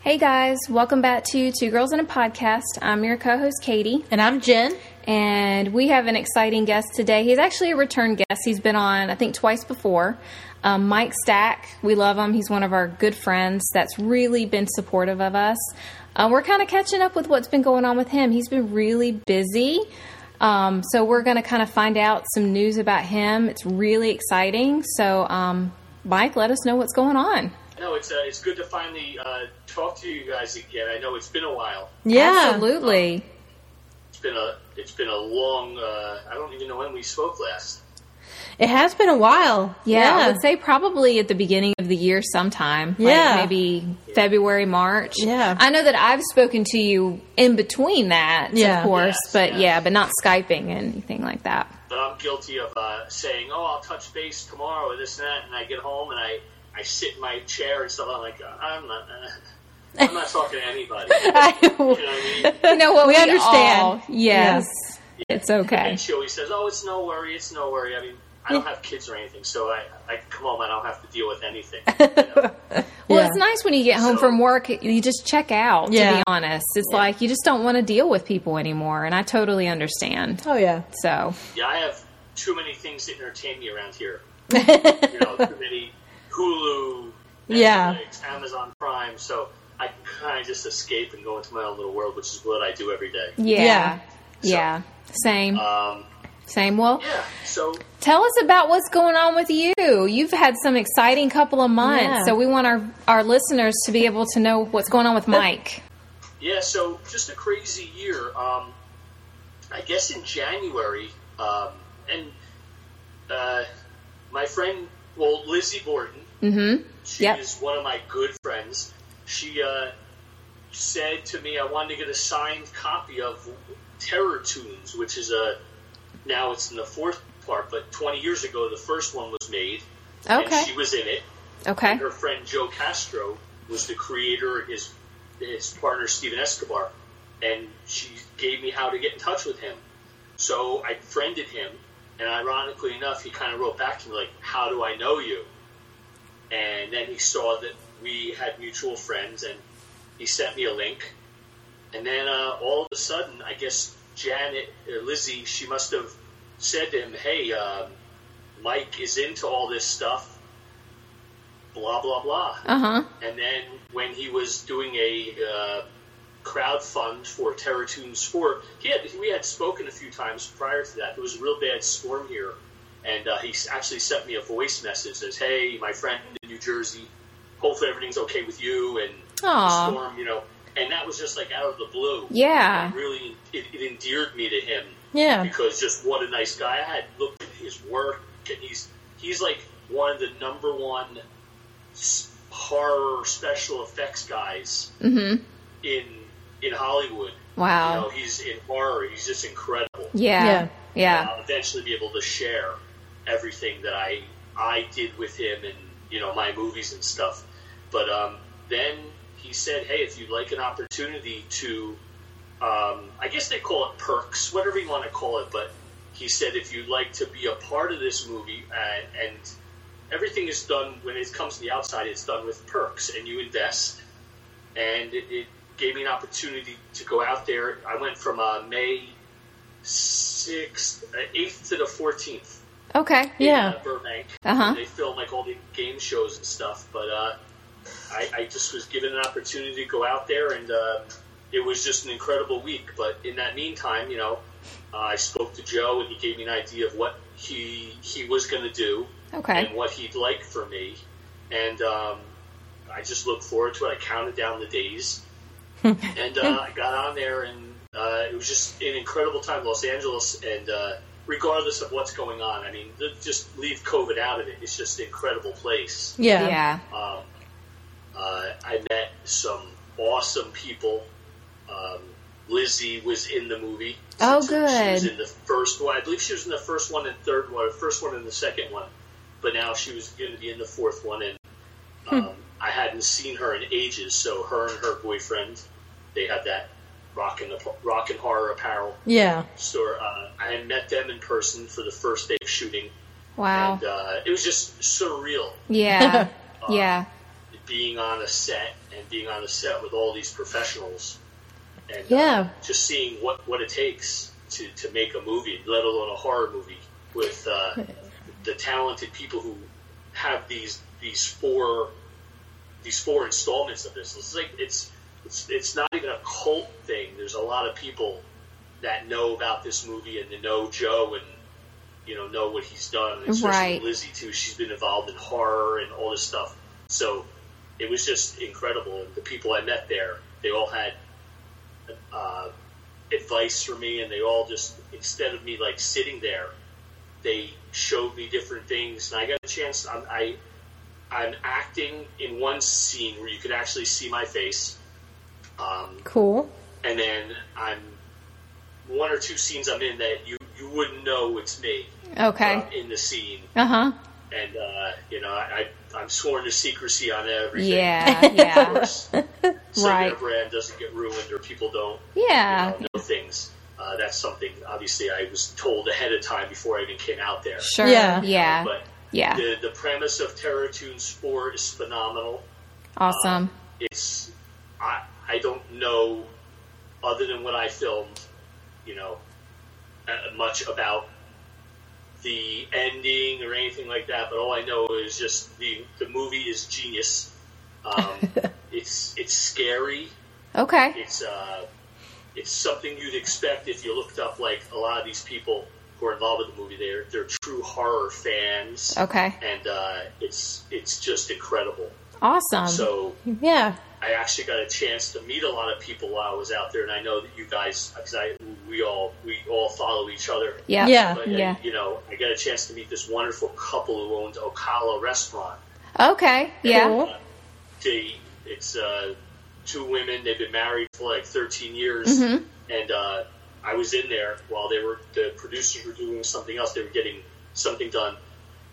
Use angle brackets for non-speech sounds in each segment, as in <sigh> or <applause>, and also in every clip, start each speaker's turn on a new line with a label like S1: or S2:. S1: Hey guys, welcome back to Two Girls in a Podcast. I'm your co host, Katie,
S2: And I'm Jen.
S1: and we have an exciting guest today. He's actually a return guest. He's been on, I think, twice before. Um, Mike Stack, we love him. He's one of our good friends that's really been supportive of us. Uh, we're kind of catching up with what's been going on with him. He's been really busy. Um, so we're going to kind of find out some news about him. It's really exciting. So, um, Mike, let us know what's going on.
S3: No, it's uh, it's good to finally uh, talk to you guys again. I know it's been a while.
S1: Absolutely.
S3: It's been a it's been a long. Uh, I don't even know when we spoke last.
S2: It has been a while.
S1: Yeah, I would say probably at the beginning of the year sometime. like
S2: Yeah.
S1: maybe February, March.
S2: Yeah.
S1: I know that I've spoken to you in between that,
S2: Yeah.
S1: of course,
S3: Yes,
S1: but
S3: yes.
S1: yeah, but not Skyping and anything like that.
S3: But I'm guilty of uh, saying, "Oh, I'll touch base tomorrow," or this and that, and I get home and I, I sit in my chair and stuff. I'm like, uh, I'm not. Uh, I'm not talking to anybody. You know what I mean?
S1: You know what?
S2: <laughs> We understand.
S1: all- yes. It's okay.
S3: And she always says, "Oh, it's no worry. It's no worry." I mean, I don't have kids or anything, so I, I come home. I don't have to deal with anything. you know?
S1: Well,
S2: Yeah.
S1: it's nice when you get home
S3: So-
S1: from work, you just check out, to
S2: Yeah.
S1: be honest. It's like you just don't want to deal with people anymore, and I totally understand.
S2: Oh, yeah.
S1: So,
S3: Yeah, I have too many things that entertain me around here. you know, too many Hulu,
S2: Yeah.
S3: Netflix, Amazon Prime. So I can kind of just escape and go into my own little world, which is what I do every day.
S1: yeah.
S2: Yeah.
S1: Yeah. Same.
S3: Um,
S1: same. Well,
S3: yeah. So
S1: Tell us about what's going on with you. You've had some exciting couple of months,
S2: Yeah.
S1: so we want our, our listeners to be able to know what's going on with Mike.
S3: yeah, so just a crazy year. Um, I guess in January, um, and uh, my friend, well, Lizzie Borden,
S1: Mm-hmm.
S3: She
S1: Yep.
S3: is one of my good friends. She uh, said to me, I wanted to get a signed copy of Terror Tunes, which is a now it's in the fourth part, but 20 years ago the first one was made,
S1: Okay.
S3: and she was in it.
S1: Okay.
S3: And her friend Joe Castro was the creator. His his partner Steven Escobar, and she gave me how to get in touch with him. So I friended him, and ironically enough, he kind of wrote back to me like, "How do I know you?" And then he saw that we had mutual friends, and he sent me a link. And then uh, all of a sudden, I guess Janet, uh, Lizzie, she must have said to him, "Hey, um, Mike is into all this stuff." Blah blah blah.
S1: Uh huh.
S3: And then when he was doing a uh, crowd fund for Terror Tunes 4, he had, we had spoken a few times prior to that. There was a real bad storm here. And uh, he s- actually sent me a voice message that says, Hey, my friend in New Jersey, hopefully everything's okay with you and
S1: Aw.
S3: the storm, you know. And that was just like out of the blue.
S1: Yeah.
S3: It really, it, it endeared me to him
S2: Yeah.
S3: because just what a nice guy. I had looked at his work, and he's he's like one of the number one s- horror special effects guys
S1: Mm-hmm.
S3: in in Hollywood. You know,
S1: Wow.
S3: he's in horror. He's just incredible.
S1: Yeah. Yeah.
S2: Yeah.
S3: I'll eventually be able to share everything that I I did with him and you know my movies and stuff. But um, then he said, "Hey, if you'd like an opportunity to, um, I guess they call it perks, whatever you want to call it." But he said, "If you'd like to be a part of this movie and, and everything is done when it comes to the outside, it's done with perks, and you invest." And it, it gave me an opportunity to go out there. I went from uh, May sixth, uh, eighth to the fourteenth.
S1: Okay.
S2: Yeah.
S3: uh, Burbank.
S1: Uh-huh.
S3: They film like all the game shows and stuff, but uh, I, I just was given an opportunity to go out there, and uh, it was just an incredible week. But in that meantime, you know, uh, I spoke to Joe, and he gave me an idea of what he he was going to do
S1: Okay.
S3: and what he'd like for me, and um, I just look forward to it. I counted down the days, and uh, I got on there, and uh, it was just an incredible time, in Los Angeles, and uh, regardless of what's going on, I mean, th- just leave COVID out of it. It's just an incredible place.
S2: Yeah.
S1: Yeah.
S3: Um, uh, I met some awesome people. Um, Lizzie was in the movie.
S1: Oh,
S3: She was
S1: good.
S3: in the first one. I believe she was in the first one and third one, or first one and the second one. But now she was going to be in the fourth one, and
S1: Hmm.
S3: um, I hadn't seen her in ages. So her and her boyfriend, they had that rock and rock and horror apparel
S2: Yeah.
S3: store. Uh, I met them in person for the first day of shooting, uh,
S1: Wow.
S2: <laughs>
S3: and uh, it was just surreal.
S1: Yeah. yeah.
S3: being on a set and being on a set with all these professionals and uh,
S2: Yeah.
S3: just seeing what, what it takes to, to make a movie, let alone a horror movie, with uh, the talented people who have these these four these four installments of this. It's like it's it's it's not even a cult thing. There's a lot of people that know about this movie and they know Joe and you know know what he's done. And especially
S1: Right.
S3: Lizzie too. She's been involved in horror and all this stuff. So it was just incredible. And the people I met there, they all had uh, advice for me, and they all just instead of me like sitting there, they showed me different things, and I got a chance. I'm, I I'm acting in one scene where you could actually see my face, um,
S2: Cool.
S3: and then I'm one or two scenes I'm in that you you wouldn't know it's me
S1: Okay.
S3: uh, in the scene,
S1: Uh huh.
S3: and uh, you know I, I I'm sworn to secrecy on everything.
S1: Yeah.
S2: <laughs>
S3: Of
S1: Yeah. <laughs>
S3: course. so
S1: Right.
S3: their brand doesn't get ruined or people don't
S1: Yeah.
S3: you know, know things. Uh, that's something obviously I was told ahead of time before I even came out there.
S1: Sure.
S2: Yeah.
S1: Yeah.
S3: But
S1: Yeah.
S3: the the premise of Terror Tunes Four is phenomenal.
S1: Awesome.
S3: It's I I don't know other than what I filmed, you know, uh, much about the ending or anything like that. But all I know is just the the movie is genius. Um, it's it's scary.
S1: Okay.
S3: it's uh, it's something you'd expect if you looked up like a lot of these people who are involved with the movie. They're they're true horror fans,
S1: Okay.
S3: and uh, it's it's just incredible.
S1: Awesome.
S3: so
S2: Yeah.
S3: I actually got a chance to meet a lot of people while I was out there, and I know that you guys, because I we all we all follow each other.
S1: yeah.
S2: Yeah.
S3: But, uh,
S1: Yeah.
S3: you know, I got a chance to meet this wonderful couple who owned Ocala Restaurant.
S1: Okay. Yeah.
S2: Cool.
S3: They, it's uh, two women. They've been married for like 13 years,
S1: Mhm.
S3: and uh, I was in there while they were the producers were doing something else. They were getting something done,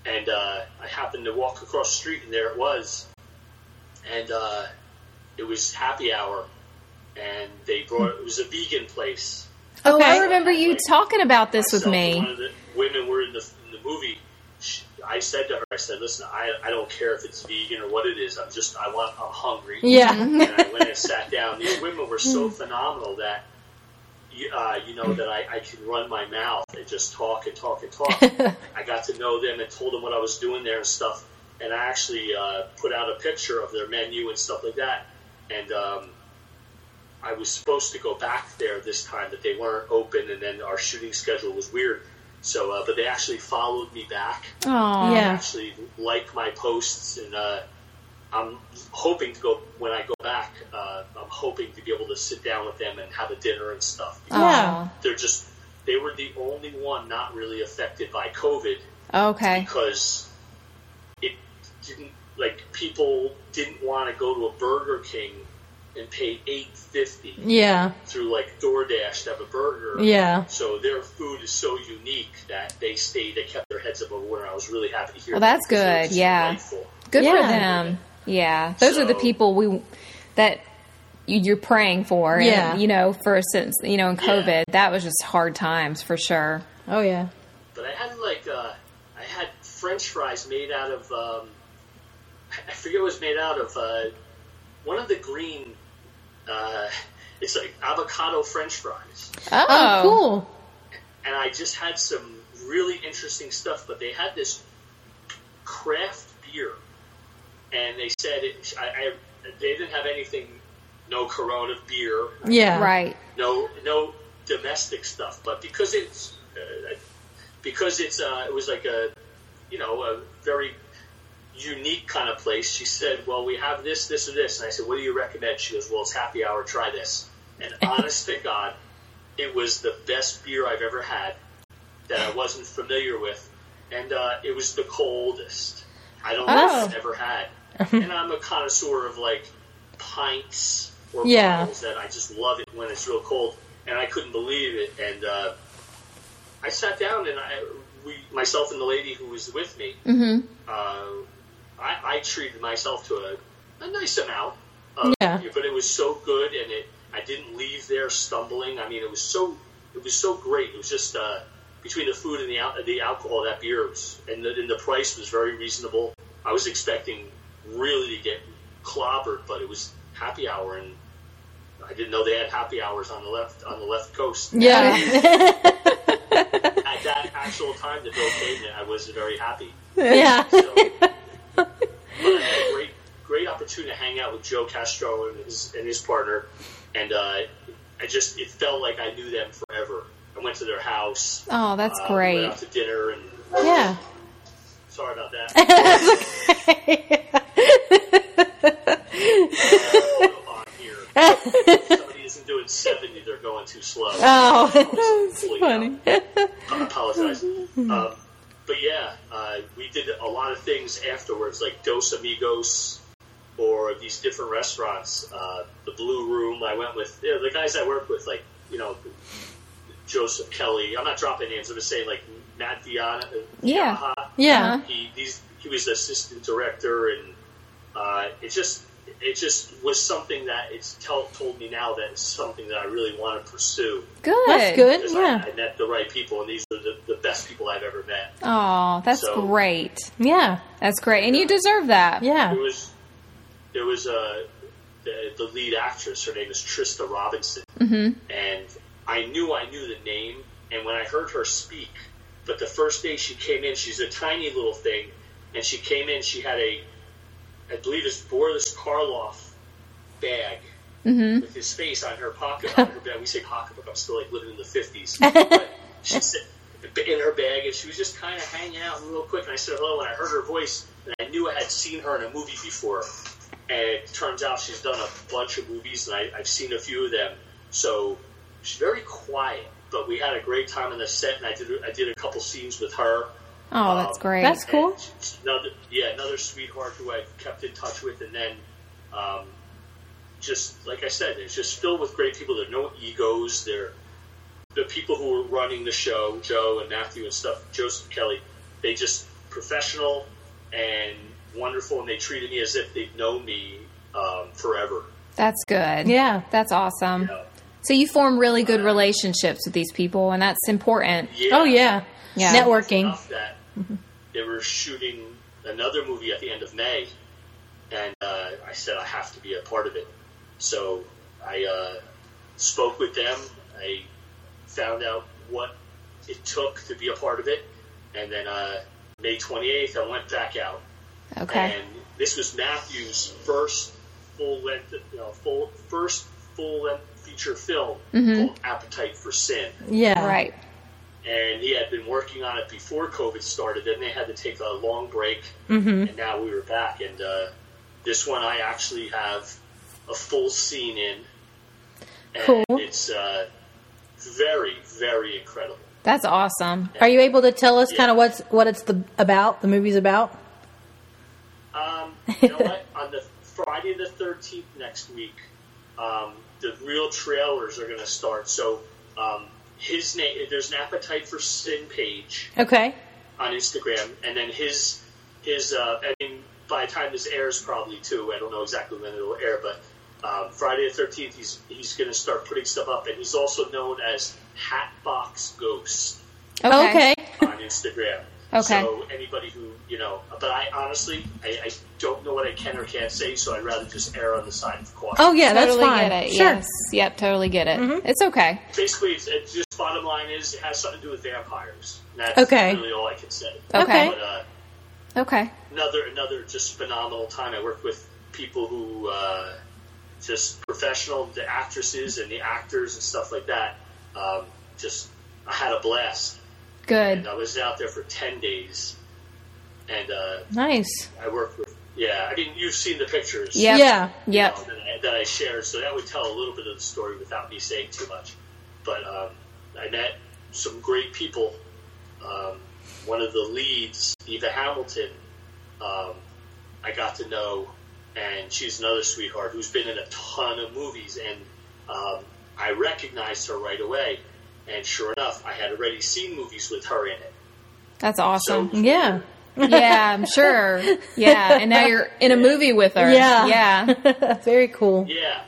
S3: and uh, I happened to walk across the street, and there it was, and uh, it was happy hour, and they brought it was a vegan place.
S1: Oh,
S2: Okay.
S1: I remember you talking about this with
S3: myself and One
S1: me.
S3: of the women were in the, in the movie. She, I said to her, I said, listen, I, I don't care if it's vegan or what it is. I'm just, I want, I'm hungry.
S2: Yeah.
S1: Mm-hmm.
S3: And I went and sat down. These women were so phenomenal that, you- uh, you know, that I, I can run my mouth and just talk and talk and talk. I got to know them and told them what I was doing there and stuff. And I actually uh, put out a picture of their menu and stuff like that. And um, I was supposed to go back there this time, but they weren't open, and then our shooting schedule was weird. So, uh, but they actually followed me back,
S1: Oh.
S2: Yeah.
S3: actually liked my posts, and uh, I'm hoping to go when I go back. Uh, I'm hoping to be able to sit down with them and have a dinner and stuff.
S1: Oh.
S3: They're just they were the only one not really affected by COVID
S1: Okay.
S3: because it didn't like people didn't want to go to a Burger King and pay eight fifty
S2: Yeah.
S3: through like DoorDash to have a burger.
S2: Yeah.
S3: So their food is so unique that they stayed, they kept their heads up over water. I was really happy to hear.
S1: Well,
S3: that
S1: that's
S3: because they're
S1: good,
S3: just
S1: yeah.
S3: delightful.
S1: Good for
S2: Yeah.
S1: them. Yeah. Those are the
S3: So-
S1: people we that you- you're praying for. and,
S2: Yeah.
S1: you know, for since you know in
S3: Yeah.
S1: COVID, that was just hard times for sure.
S2: Oh yeah.
S3: But I had like uh, I had French fries made out of um, I forget what it was made out of uh, one of the green. Uh, it's like avocado French fries.
S1: Oh.
S2: Oh, cool.
S3: and I just had some really interesting stuff. But they had this craft beer, and they said it, I, I, they didn't have anything, no Corona beer,
S2: Yeah.
S1: Right.
S3: no no domestic stuff. But because it's uh, because it's uh, it was like a you know a very unique kind of place. She said, "Well, we have this, this, and this." And I said, "What do you recommend?" She goes, "Well, it's happy hour. Try this." And honest to God, it was the best beer I've ever had that I wasn't familiar with, and uh, it was the coldest. I don't know if I've ever had, and I'm a connoisseur of like pints or
S2: Yeah.
S3: bottles that I just love it when it's real cold, and I couldn't believe it. And uh, I sat down and I, we, myself and the lady who was with me,
S1: Mm-hmm.
S3: uh, I, I treated myself to a, a nice amount. Of,
S2: Yeah.
S3: But it was so good, and it I didn't leave there stumbling. I mean, it was so it was so great. It was just uh, between the food and the al- the alcohol, that beer was, and the, and the price was very reasonable. I was expecting really to get clobbered, but it was happy hour, and I didn't know they had happy hours on the left on the left
S1: <laughs>
S3: coast.
S2: Yeah.
S3: At that actual time that Bill came in, I was very happy.
S2: yeah.
S3: So, but I had a great, great opportunity to hang out with Joe Castro and his and his partner, and uh, I just it felt like I knew them forever. I went to their house.
S1: Oh, that's
S3: uh, We
S1: great.
S3: went out to dinner, and
S2: Yeah.
S3: sorry
S2: <laughs>
S3: about that. on here, somebody isn't doing seventy; they're going too slow.
S2: Oh, <laughs>
S3: Well,
S2: that's
S3: you
S2: funny.
S3: I apologize. um, but yeah, uh, we did a lot of things afterwards, like Dos Amigos or these different restaurants. Uh, the Blue Room, I went with you know, the guys I work with, like, you know, Joseph Kelly. I'm not dropping names, I'm just saying, like, Matt uh, Viana.
S1: Yeah.
S3: Viaja.
S2: Yeah.
S1: Uh-huh.
S3: He, these, he was the assistant director, and uh, it just. It just was something that it's tell, told me now that it's something that I really want to pursue
S1: Good.
S2: That's good.
S3: because
S2: Yeah.
S3: I, I met the right people, and these are the, the best people I've ever met.
S1: Oh, that's
S3: So-
S1: great.
S2: Yeah.
S1: That's great. And you deserve that.
S2: Yeah.
S3: There was there was a the, the lead actress. Her name is Trista Robinson, and I knew I knew the name. And when I heard her speak, but the first day she came in, she's a tiny little thing, and she came in. She had a I believe it's Boris Karloff bag. With his face on her pocket, on her bag. We say pocket, but I'm still like living in the 50s. But she said, in her bag, and she was just kind of hanging out real quick. And I said hello, and I heard her voice, and I knew I had seen her in a movie before. And it turns out she's done a bunch of movies, and I, I've seen a few of them. So she's very quiet, but we had a great time on the set, and I did I did a couple scenes with her.
S1: Oh, that's great.
S2: That's cool.
S3: And another, yeah, another sweetheart who I kept in touch with, and then, um, just like I said, it's just filled with great people. There are no egos. They're the people who were running the show, Joe and Matthew and stuff, Joseph Kelly. They just professional and wonderful, and they treated me as if they'd known me um, forever.
S1: That's good.
S2: Yeah.
S1: That's awesome.
S3: You know?
S1: So you form really good relationships with these people, and that's important.
S2: Oh, yeah.
S1: Yeah.
S2: Networking.
S3: enough that they were shooting another movie at the end of May, and uh, I said I have to be a part of it. So I uh, spoke with them. I found out what it took to be a part of it, and then uh, May 28th, I went back out
S1: Okay.
S3: and this was Matthew's first full length, you know, full first full length feature film called Appetite for Sin
S2: Yeah.
S1: right.
S3: and he had been working on it before COVID started. Then they had to take a long break, and now we were back. And uh, this one, I actually have a full scene in, and
S2: Cool.
S3: it's uh, very, very incredible.
S1: That's awesome.
S2: Are you able to tell us kind of what's what it's the about the movie's about?
S3: Um, you know what? On the Friday the thirteenth next week, um, the real trailers are going to start. So um, his name, there's an appetite for sin page.
S2: Okay.
S3: on Instagram, and then his his uh, I mean, by the time this airs, probably too. I don't know exactly when it'll air, but um, Friday the thirteenth, he's he's going to start putting stuff up, and he's also known as Hatbox Ghost
S2: Okay.
S3: on Instagram.
S1: Okay.
S3: So anybody who you know, but I honestly I, I don't know what I can or can't say, so I'd rather just err on the side of caution.
S2: Oh yeah, that's
S1: Totally
S2: fine.
S1: get it.
S2: Sure. Mm-hmm.
S1: Yes. Yep. Totally get it. It's okay.
S3: Basically, it's, it's just bottom line is it has something to do with vampires. And that's
S2: Okay.
S3: really all I can say.
S1: Okay.
S3: But uh,
S1: Okay.
S3: another another just phenomenal time. I worked with people who uh, just professional, the actresses and the actors and stuff like that. Um, just I had a blast, and
S1: Good.
S3: I was out there for ten days, and uh,
S2: Nice.
S3: I worked with yeah. I mean, you've seen the pictures,
S1: Yep.
S2: Yeah.
S3: you know,
S1: Yep.
S3: that, I, that I shared, so that would tell a little bit of the story without me saying too much. But um, I met some great people. Um, one of the leads, Eva Hamilton, um, I got to know, and she's another sweetheart who's been in a ton of movies, and um, I recognized her right away. And sure enough, I had already seen movies with her in it.
S1: That's awesome.
S2: <laughs>
S3: So
S2: Yeah.
S1: yeah, I'm sure. Yeah. And now you're in a movie with her.
S2: Yeah.
S1: Yeah.
S2: <laughs> Very cool.
S3: Yeah.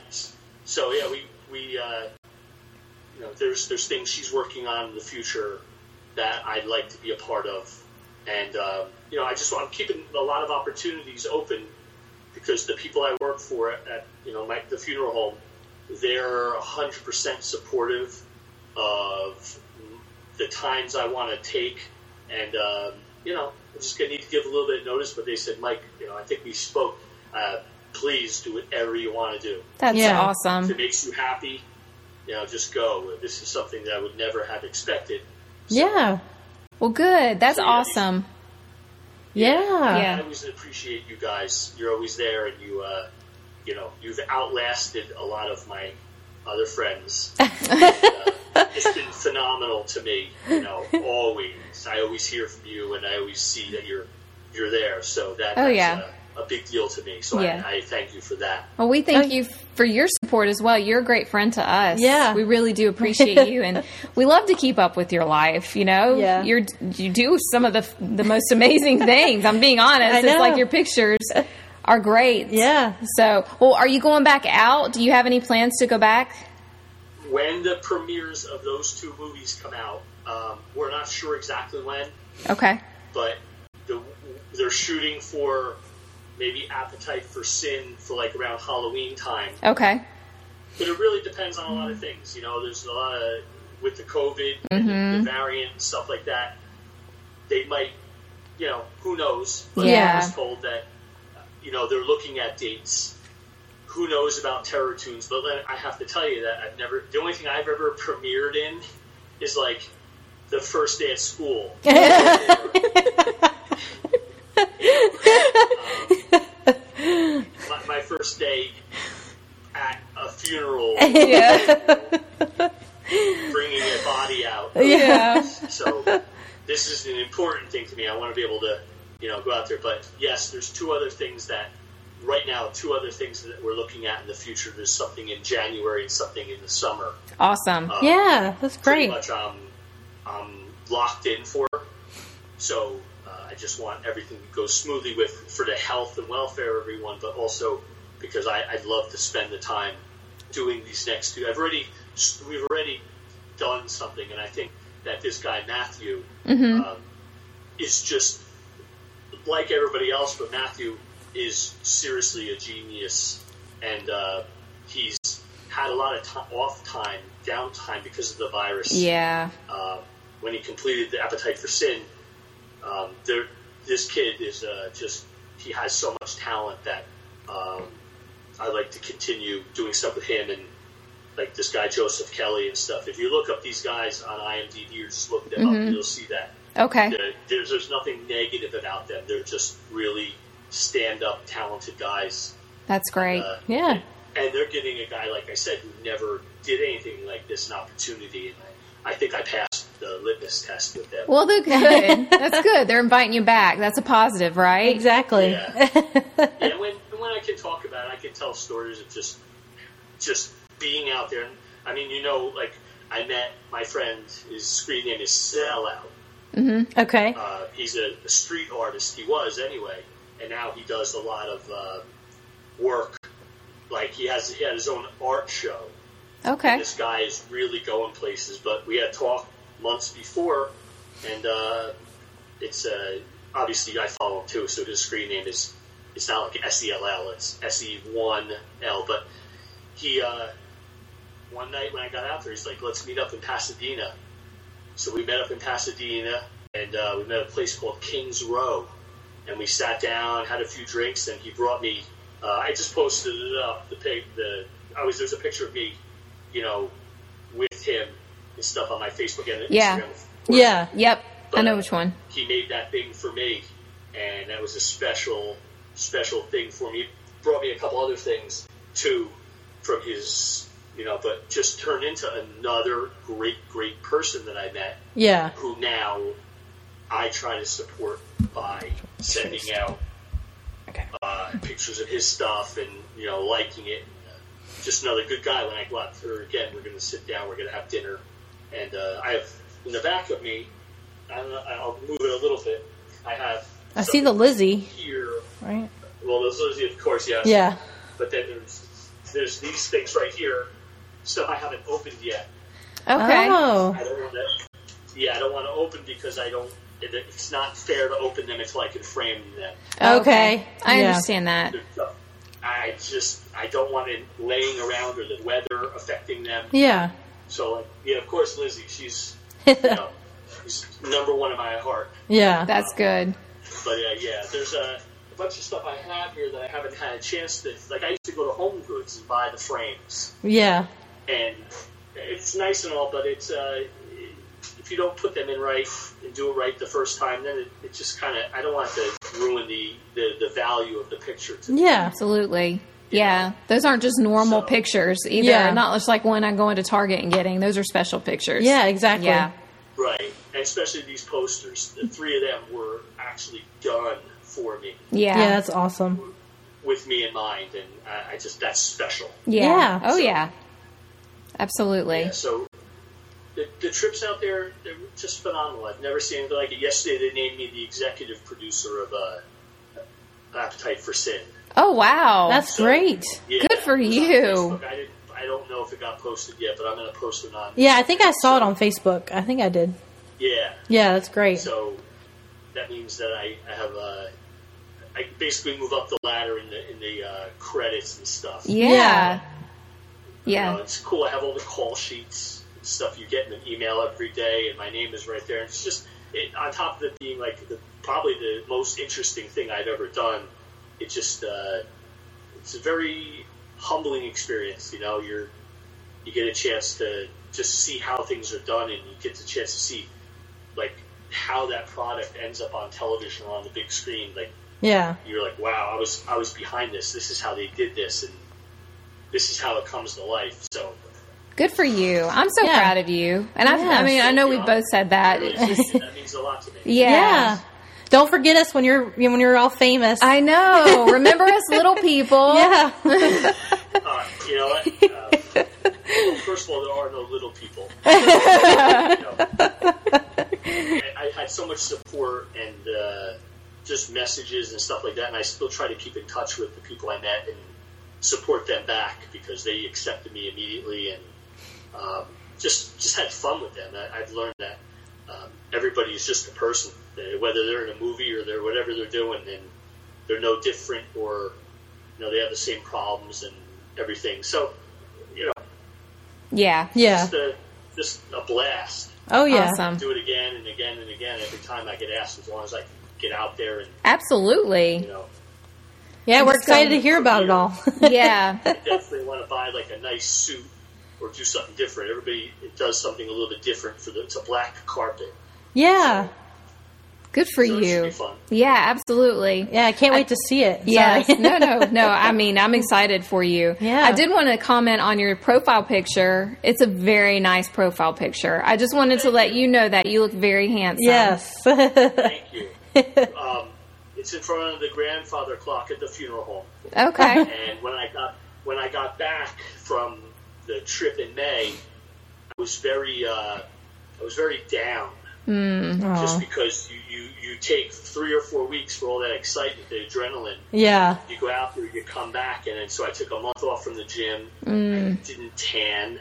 S3: So yeah, we we uh, you know there's there's things she's working on in the future that I'd like to be a uh, part of, and um, you know I just want I'm keeping a lot of opportunities open because the people I work for at, at you know my, the funeral home, they're 100% supportive of the times I want to take, and um, you know I'm just gonna need to give a little bit of notice. But they said, Mike, you know I think we spoke. Uh, please do whatever you want to do.
S1: That's
S2: Yeah.
S3: If
S1: awesome.
S3: it makes you happy, you know just go. This is something that I would never have expected.
S2: Yeah.
S1: Well, good. That's
S3: Yeah.
S1: awesome.
S2: Yeah.
S1: Yeah.
S3: I always appreciate you guys. You're always there, and you, uh, you know, you've outlasted a lot of my
S1: <laughs>
S3: other friends. and, uh, it's been phenomenal to me. You know, always. I always hear from you, and I always see that you're you're there. So that,
S1: Oh,
S3: that's
S1: yeah.
S3: a, a big deal to me. So
S1: Yeah.
S3: I, I thank you for that.
S1: Well, we thank
S2: Oh.
S1: you for your support as well. You're a great friend to us.
S2: Yeah.
S1: we really do appreciate you,
S2: <laughs>
S1: and we love to keep up with your life. You know,
S2: Yeah.
S1: you're you do some of the the most amazing things. I'm being honest.
S2: I
S1: It's
S2: know.
S1: like your pictures are great.
S2: Yeah.
S1: So, well, are you going back out? Do you have any plans to go back?
S3: When the premieres of those two movies come out, um, we're not sure exactly when.
S1: Okay.
S3: but the, they're shooting for maybe Appetite for Sin for like around Halloween time.
S1: Okay.
S3: But it really depends on a lot of things. You know, there's a lot of with the COVID, and the, the variant, and stuff like that. They might, you know, who knows? But
S1: Yeah.
S3: I was told that, you know, they're looking at dates. Who knows about terror tunes? But then I have to tell you that I've never. The only thing I've ever <laughs> premiered in is like the first day at school. uh, my, my first day at a funeral,
S1: Yeah.
S3: <laughs> bringing a body out.
S1: yeah.
S3: So this is an important thing to me. I want to be able to, you know, go out there. But yes, there's two other things that right now, two other things that we're looking at in the future. There's something in January and something in the summer.
S1: Awesome.
S2: Yeah. That's
S3: Pretty
S2: great.
S3: much, I'm I'm locked in for. So uh, I just want everything to go smoothly with for the health and welfare of everyone, but also because I, I'd love to spend the time doing these next two. I've already we've already done something, and I think that this guy Matthew um, is just like everybody else, but Matthew is seriously a genius, and uh, he's had a lot of ti off time, downtime because of the virus
S1: Yeah.
S3: uh, when he completed the Appetite for Sin, um, there, this kid is uh, just, he has so much talent that um, I like to continue doing stuff with him and like this guy Joseph Kelly and stuff. If you look up these guys on IMDb or just look them up, you'll see that
S1: Okay.
S3: there- there's, there's nothing negative about them. They're just really stand up, talented guys.
S1: That's great.
S3: Uh,
S2: Yeah.
S3: and they're giving a guy, like I said, who never did anything like this, an opportunity. And I, I think I passed the litmus test with them.
S1: Well, they're
S2: <laughs>
S1: good. That's good. They're inviting you back. That's a positive, right?
S2: Exactly.
S3: yeah. yeah. When when I can talk about it, I can tell stories of just just being out there. I mean, you know, like I met my friend. His screen name is Sellout.
S2: <laughs> Okay.
S3: Uh, he's a, a street artist. He was anyway, and now he does a lot of uh, work. Like he has he had his own art show.
S1: Okay.
S3: this guy is really going places. But we had talk months before, and uh, it's uh, obviously I follow him too. So his screen name is it's not like S E L L, it's S E one L. But he uh, one night when I got out there, he's like, "Let's meet up in Pasadena." So we met up in Pasadena, and uh, we met at a place called Kings Row, and we sat down, had a few drinks, and he brought me. Uh, I just posted it up. The pic, the I was there's a picture of me, you know, with him and stuff on my Facebook and
S1: Yeah.
S3: Instagram.
S2: Yeah.
S1: Yep. I
S3: But,
S1: know
S3: uh,
S1: which one.
S3: He made that thing for me, and that was a special, special thing for me. Brought me a couple other things too from his, you know, but just turned into another great, great person that I met
S2: Yeah.
S3: who now I try to support by sending out uh, pictures of his stuff and you know liking it. Uh, Just another good guy. When I go out for again, we're going to sit down. We're going to have dinner, and uh, I have in the back of me. I don't know, I'll move it a little bit. I have.
S2: I see the Lizzie,
S3: here.
S2: right?
S3: Well, those are the- of course, yes.
S2: Yeah.
S3: But then there's there's these things right here. Stuff I haven't opened yet.
S1: Okay.
S2: Oh.
S3: I don't want to. Yeah, I don't want to open because I don't. It, it's not fair to open them until I can frame them.
S2: Okay.
S1: I
S2: Yeah.
S1: understand that.
S3: There's stuff, I just I don't want it laying around or the weather affecting them.
S2: Yeah.
S3: So like, yeah, of course, Lizzie, she's you know, she's number one in my heart.
S2: Yeah.
S1: That's good.
S3: But uh, yeah, there's a, a bunch of stuff I have here that I haven't had a chance to. Like I used to go to Home Goods and buy the frames,
S2: yeah.
S3: and it's nice and all, but it's uh, if you don't put them in right and do it right the first time, then it, it just kind of I don't want to ruin the, the the value of the picture to me.
S2: Yeah.
S1: Absolutely. Yeah. Those aren't just normal
S3: So-
S1: pictures either.
S2: Yeah.
S1: Not just like one I'm going to Target and getting. Those are special pictures.
S2: Yeah, exactly.
S1: Yeah.
S3: Right, and especially these posters. The three of them were actually done for me,
S1: Yeah.
S2: Yeah, that's awesome.
S3: with me in mind, and I, I just that's special.
S1: Yeah.
S2: Yeah.
S1: Oh, yeah. Absolutely.
S3: Yeah, so the, the trips out there, they're just phenomenal. I've never seen anything like it. Yesterday, they named me the executive producer of uh, Appetite for Sin.
S1: Oh, wow.
S2: That's great.
S3: Yeah,
S1: Good for
S3: it was on
S1: you.
S3: Facebook. I, didn't, I don't know if it got posted yet, but I'm going to post it on.
S2: Yeah, I think I saw it on Facebook. I think I did.
S3: Yeah,
S2: Yeah, that's great.
S3: so that means that I, I have uh, I basically move up the ladder in the in the uh, credits and stuff.
S1: yeah.
S3: You
S1: Yeah.
S3: know, it's cool. I have all the call sheets and stuff you get in an email every day, and my name is right there. And it's just it, on top of it being like the, probably the most interesting thing I've ever done. It just uh, it's a very humbling experience. You know, you're you get a chance to just see how things are done, and you get the chance to see like how that product ends up on television or on the big screen. Like
S2: Yeah.
S3: you're like, wow, I was I was behind this. This is how they did this, and this is how it comes to life. So
S1: Good for you. I'm so
S2: Yeah.
S1: proud of you. And I, I
S2: Yeah.
S1: mean, I know we
S3: Yeah.
S1: both said that.
S3: really,
S1: It's just-
S3: that means a lot to
S1: <laughs>
S3: me.
S1: yeah.
S2: Yeah. Don't forget us when you're when you're all famous.
S1: I know. Remember us little people.
S2: <laughs> yeah.
S3: Uh, you know what? Um, well, first of all, there are no little people. You know, I, I had so much support and uh, just messages and stuff like that, and I still try to keep in touch with the people I met and support them back because they accepted me immediately and um, just just had fun with them. I, I've learned that um, everybody is just a person, uh, whether they're in a movie or they're whatever they're doing, and they're no different or you know they have the same problems and everything. So you know,
S1: Yeah. Um.
S2: Yeah.
S3: just a just a blast.
S2: Oh yeah.
S1: Awesome.
S3: Do it again and again and again every time I get asked, as long as I can get out there and you
S1: Absolutely.
S3: know.
S2: Yeah, we're
S1: Just go-
S2: excited to hear about it all. <laughs>
S1: Yeah.
S3: I definitely want to buy like a nice suit or do something different. Everybody does something a little bit different for the it's a black carpet.
S2: yeah.
S1: Good for
S3: So it should be
S1: you.
S3: fun.
S1: <laughs> Yeah, absolutely.
S2: Yeah, I can't wait to see it.
S1: Yes.
S2: Sorry.
S1: no, no, no.
S2: <laughs>
S1: I mean, I'm excited for you.
S2: Yeah.
S1: I did want to comment on your profile picture. It's a very nice profile picture. I just wanted to let you know that you look very handsome.
S2: yes.
S3: Thank you. um, it's in front of the grandfather clock at the funeral home.
S2: <laughs>
S1: Okay.
S3: And when I got when I got back from the trip in May, I was very uh, I was very down
S2: <laughs>
S3: just
S2: Aw.
S3: because you, you, you take three or four weeks for all that excitement, the adrenaline.
S2: Yeah.
S3: You go out there, you come back, and then so I took a month off from the gym. I didn't tan.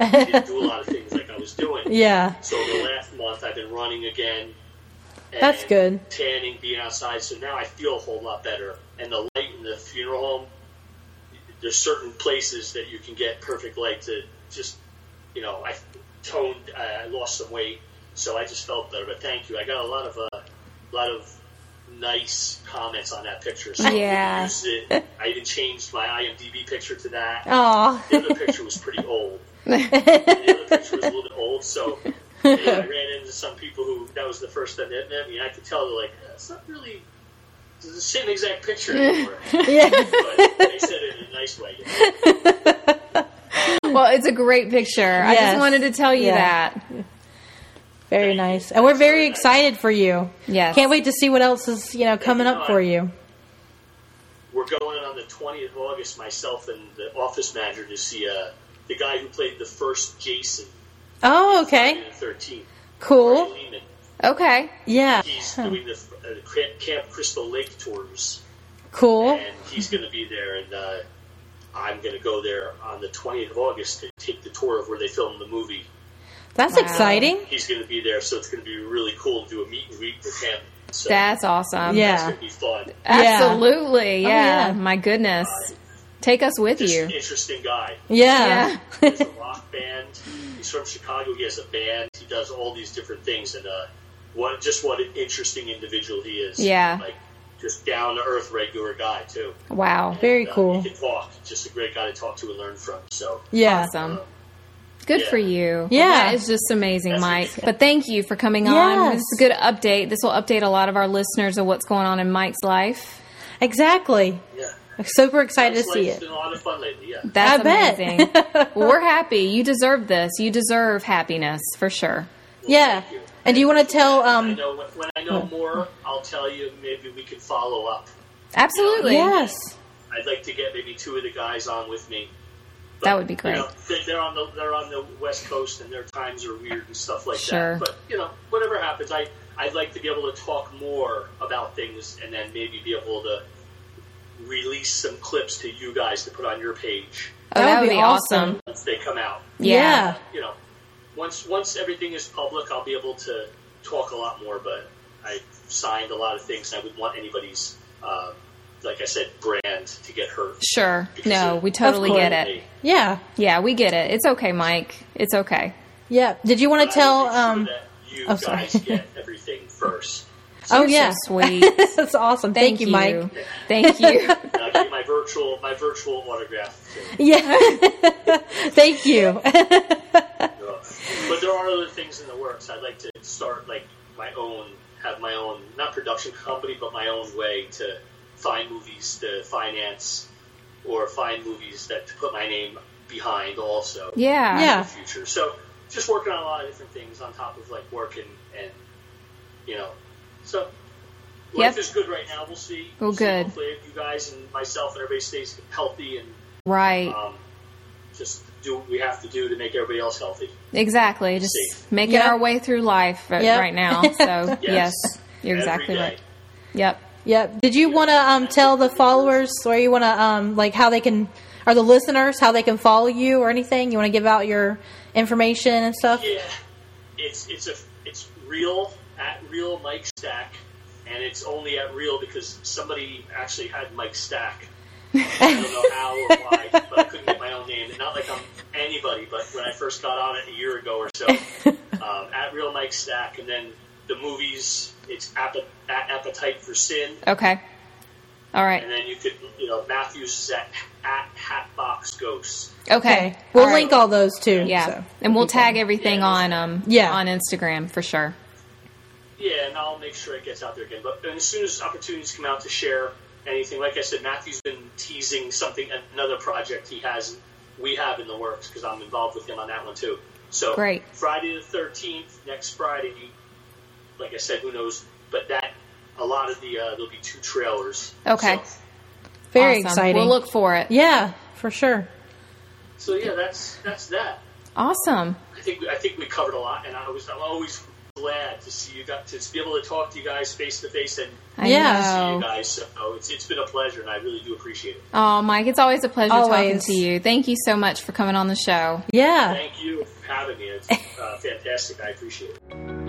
S3: I didn't do a lot of things like I was doing.
S2: Yeah.
S3: So the last month I've been running again. and
S2: That's good.
S3: Tanning, being outside, so now I feel a whole lot better. And the light in the funeral home, there's certain places that you can get perfect light to just, you know, I toned, I lost some weight, so I just felt better. But thank you, I got a lot of uh, a lot of nice comments on that picture. So I
S1: Yeah.
S3: used it. I even changed my IMDb picture to that
S2: Oh.
S3: the other picture was pretty old. the other picture was a little bit old, so you know, I ran into some people who that was the first time they met me. I could tell they're like, it's not really it's the same exact
S2: <laughs>
S3: picture anymore.
S2: <laughs> Yeah.
S3: but they said it in a nice way. You know?
S1: Well, it's a great picture. I just
S2: Yes.
S1: wanted to tell you
S2: Yeah.
S1: that.
S2: Very nice. And we're very excited for you.
S1: Yes.
S2: Can't wait to see what else is, you know, coming up for you.
S3: We're going on the 20th of August, myself and the office manager, to see uh, the guy who played the first Jason
S2: Oh,
S3: in
S2: okay.
S3: 13.
S2: Cool.
S3: Lehman.
S1: Okay.
S2: Yeah.
S3: He's doing the uh, Camp- Camp Crystal Lake tours.
S2: Cool.
S3: and <laughs> he's going to be there, and uh, I'm going to go there on the 20th of August to take the tour of where they filmed the movie.
S2: That's
S1: Wow.
S2: exciting.
S3: He's going to be there, so it's going to be really cool to do a meet and greet with him. So
S1: That's awesome.
S2: Yeah.
S3: that's gonna be fun.
S1: Absolutely.
S2: Oh,
S1: Yeah.
S2: yeah.
S1: My goodness. Take us with
S3: Just
S1: you.
S3: an
S2: <laughs>
S3: interesting guy.
S2: Yeah.
S1: Yeah.
S3: He's a rock band. He's from Chicago. He has a band. He does all these different things, and uh, what just what an interesting individual he is.
S1: Yeah.
S3: like just down to earth, regular guy too.
S1: Wow.
S2: Very
S3: And, uh,
S2: cool.
S3: He can talk. Just a great guy to talk to and learn from. So um,
S2: Yeah.
S1: Awesome. Good
S3: Yeah.
S1: for you.
S2: Yeah.
S1: That is just amazing,
S3: That's
S1: Mike.
S3: good.
S1: But thank you for coming on.
S2: Yes.
S1: This is a good update. This will update a lot of our listeners of what's going on in Mike's life.
S2: Exactly.
S3: yeah,
S2: I'm super excited
S3: It's
S2: to see
S3: like- it's
S2: it.
S3: been a lot of fun lately. Yeah.
S1: That's
S2: I bet.
S1: amazing. well, we're happy. You deserve this. You deserve happiness for sure.
S2: Yeah. And do you want to tell?
S3: I
S2: Um,
S3: know when, when I know more, I'll tell you. Maybe we can follow up.
S1: Absolutely. Oh,
S2: yes.
S3: I'd like to get maybe two of the guys on with me.
S1: That would be great.
S3: You know, they- they're on the they're on the West Coast and their times are weird and stuff like
S1: Sure.
S3: that. But you know, whatever happens, I I'd like to be able to talk more about things and then maybe be able to release some clips to you guys to put on your page
S1: Oh, that would be awesome.
S3: once they come out.
S1: Yeah.
S2: Yeah.
S3: You know, once once everything is public, I'll be able to talk a lot more. But I signed a lot of things. I wouldn't want anybody's, uh, like I said, brand to get hurt.
S1: Sure. No, we totally
S2: course.
S1: get it.
S2: Yeah.
S1: Yeah, we get it. It's okay, Mike. It's okay.
S2: Yeah. Did you want to tell? Um,
S3: that you
S2: oh, sorry.
S3: guys get everything first.
S2: oh
S1: You're
S2: yeah.
S1: so sweet.
S2: <laughs> That's awesome. Thank, you, Mike.
S1: Thank you.
S2: <laughs>
S3: And I get my virtual my virtual autograph. too.
S2: Yeah. <laughs> Thank you. <laughs>
S3: Uh, But there are other things in the works. I'd like to start like my own, have my own not production company, but my own way to find movies to finance or find movies that to put my name behind also
S1: Yeah.
S3: in
S2: Yeah.
S3: the future. So just working on a lot of different things on top of like work and, and you know so life
S1: Yep.
S3: is good right now. We'll see.
S1: Well,
S3: see.
S1: good.
S3: Hopefully you guys and myself and everybody stays healthy and
S1: Right.
S3: um, just do what we have to do to make everybody else healthy.
S1: Exactly. Just
S3: safe.
S1: making
S2: Yep.
S1: our way through life r-
S2: Yep.
S1: right
S2: <laughs>
S1: now. So, yes. you're
S3: Every
S1: exactly
S3: day.
S1: right. Yep.
S2: Yep. Did you want to um, tell the followers, or you want to um, like how they can, or the listeners, how they can follow you, or anything? You want to give out your information and stuff?
S3: Yeah, it's it's a it's real at real Mike Stack, and it's only at real because somebody actually had Mike Stack. I don't know how or why, but I couldn't get my own name. And not like I'm anybody, but when I first got on it a year ago or
S1: <laughs>
S3: so, um, at real Mike Stack, and then the movies. It's app- at appetite for sin.
S1: Okay. All right.
S3: And then you could, you know, Matthews is at, at Hatbox Ghosts.
S1: Okay.
S2: Okay. We'll
S1: All right.
S2: link all those too.
S1: Yeah.
S2: so.
S1: and we'll tag everything
S3: Yeah.
S1: on um
S2: Yeah.
S1: on Instagram for sure.
S3: Yeah, and I'll make sure it gets out there again. But and as soon as opportunities come out to share anything, like I said, Matthew's been teasing something, another project he has, we have in the works because I'm involved with him on that one too. So
S1: Great.
S3: Friday the thirteenth, next Friday. Like I said, who knows? But that a lot of the uh, there'll be two trailers.
S1: Okay.
S3: So,
S2: Very
S1: Awesome.
S2: exciting.
S1: We'll look for it.
S2: Yeah, for sure.
S3: so yeah, that's that's that.
S1: Awesome.
S3: I think I think we covered a lot, and I was I'm always glad to see you got to be able to talk to you guys face to face and
S1: I
S2: Yeah.
S3: you
S1: know.
S3: guys. So it's, it's been a pleasure, and I really do appreciate it.
S1: Oh, Mike, it's always a pleasure talking
S2: Always.
S1: to you. Thank you so much for coming on the show.
S2: Yeah.
S3: Thank you for having me. It's uh, fantastic. I appreciate it.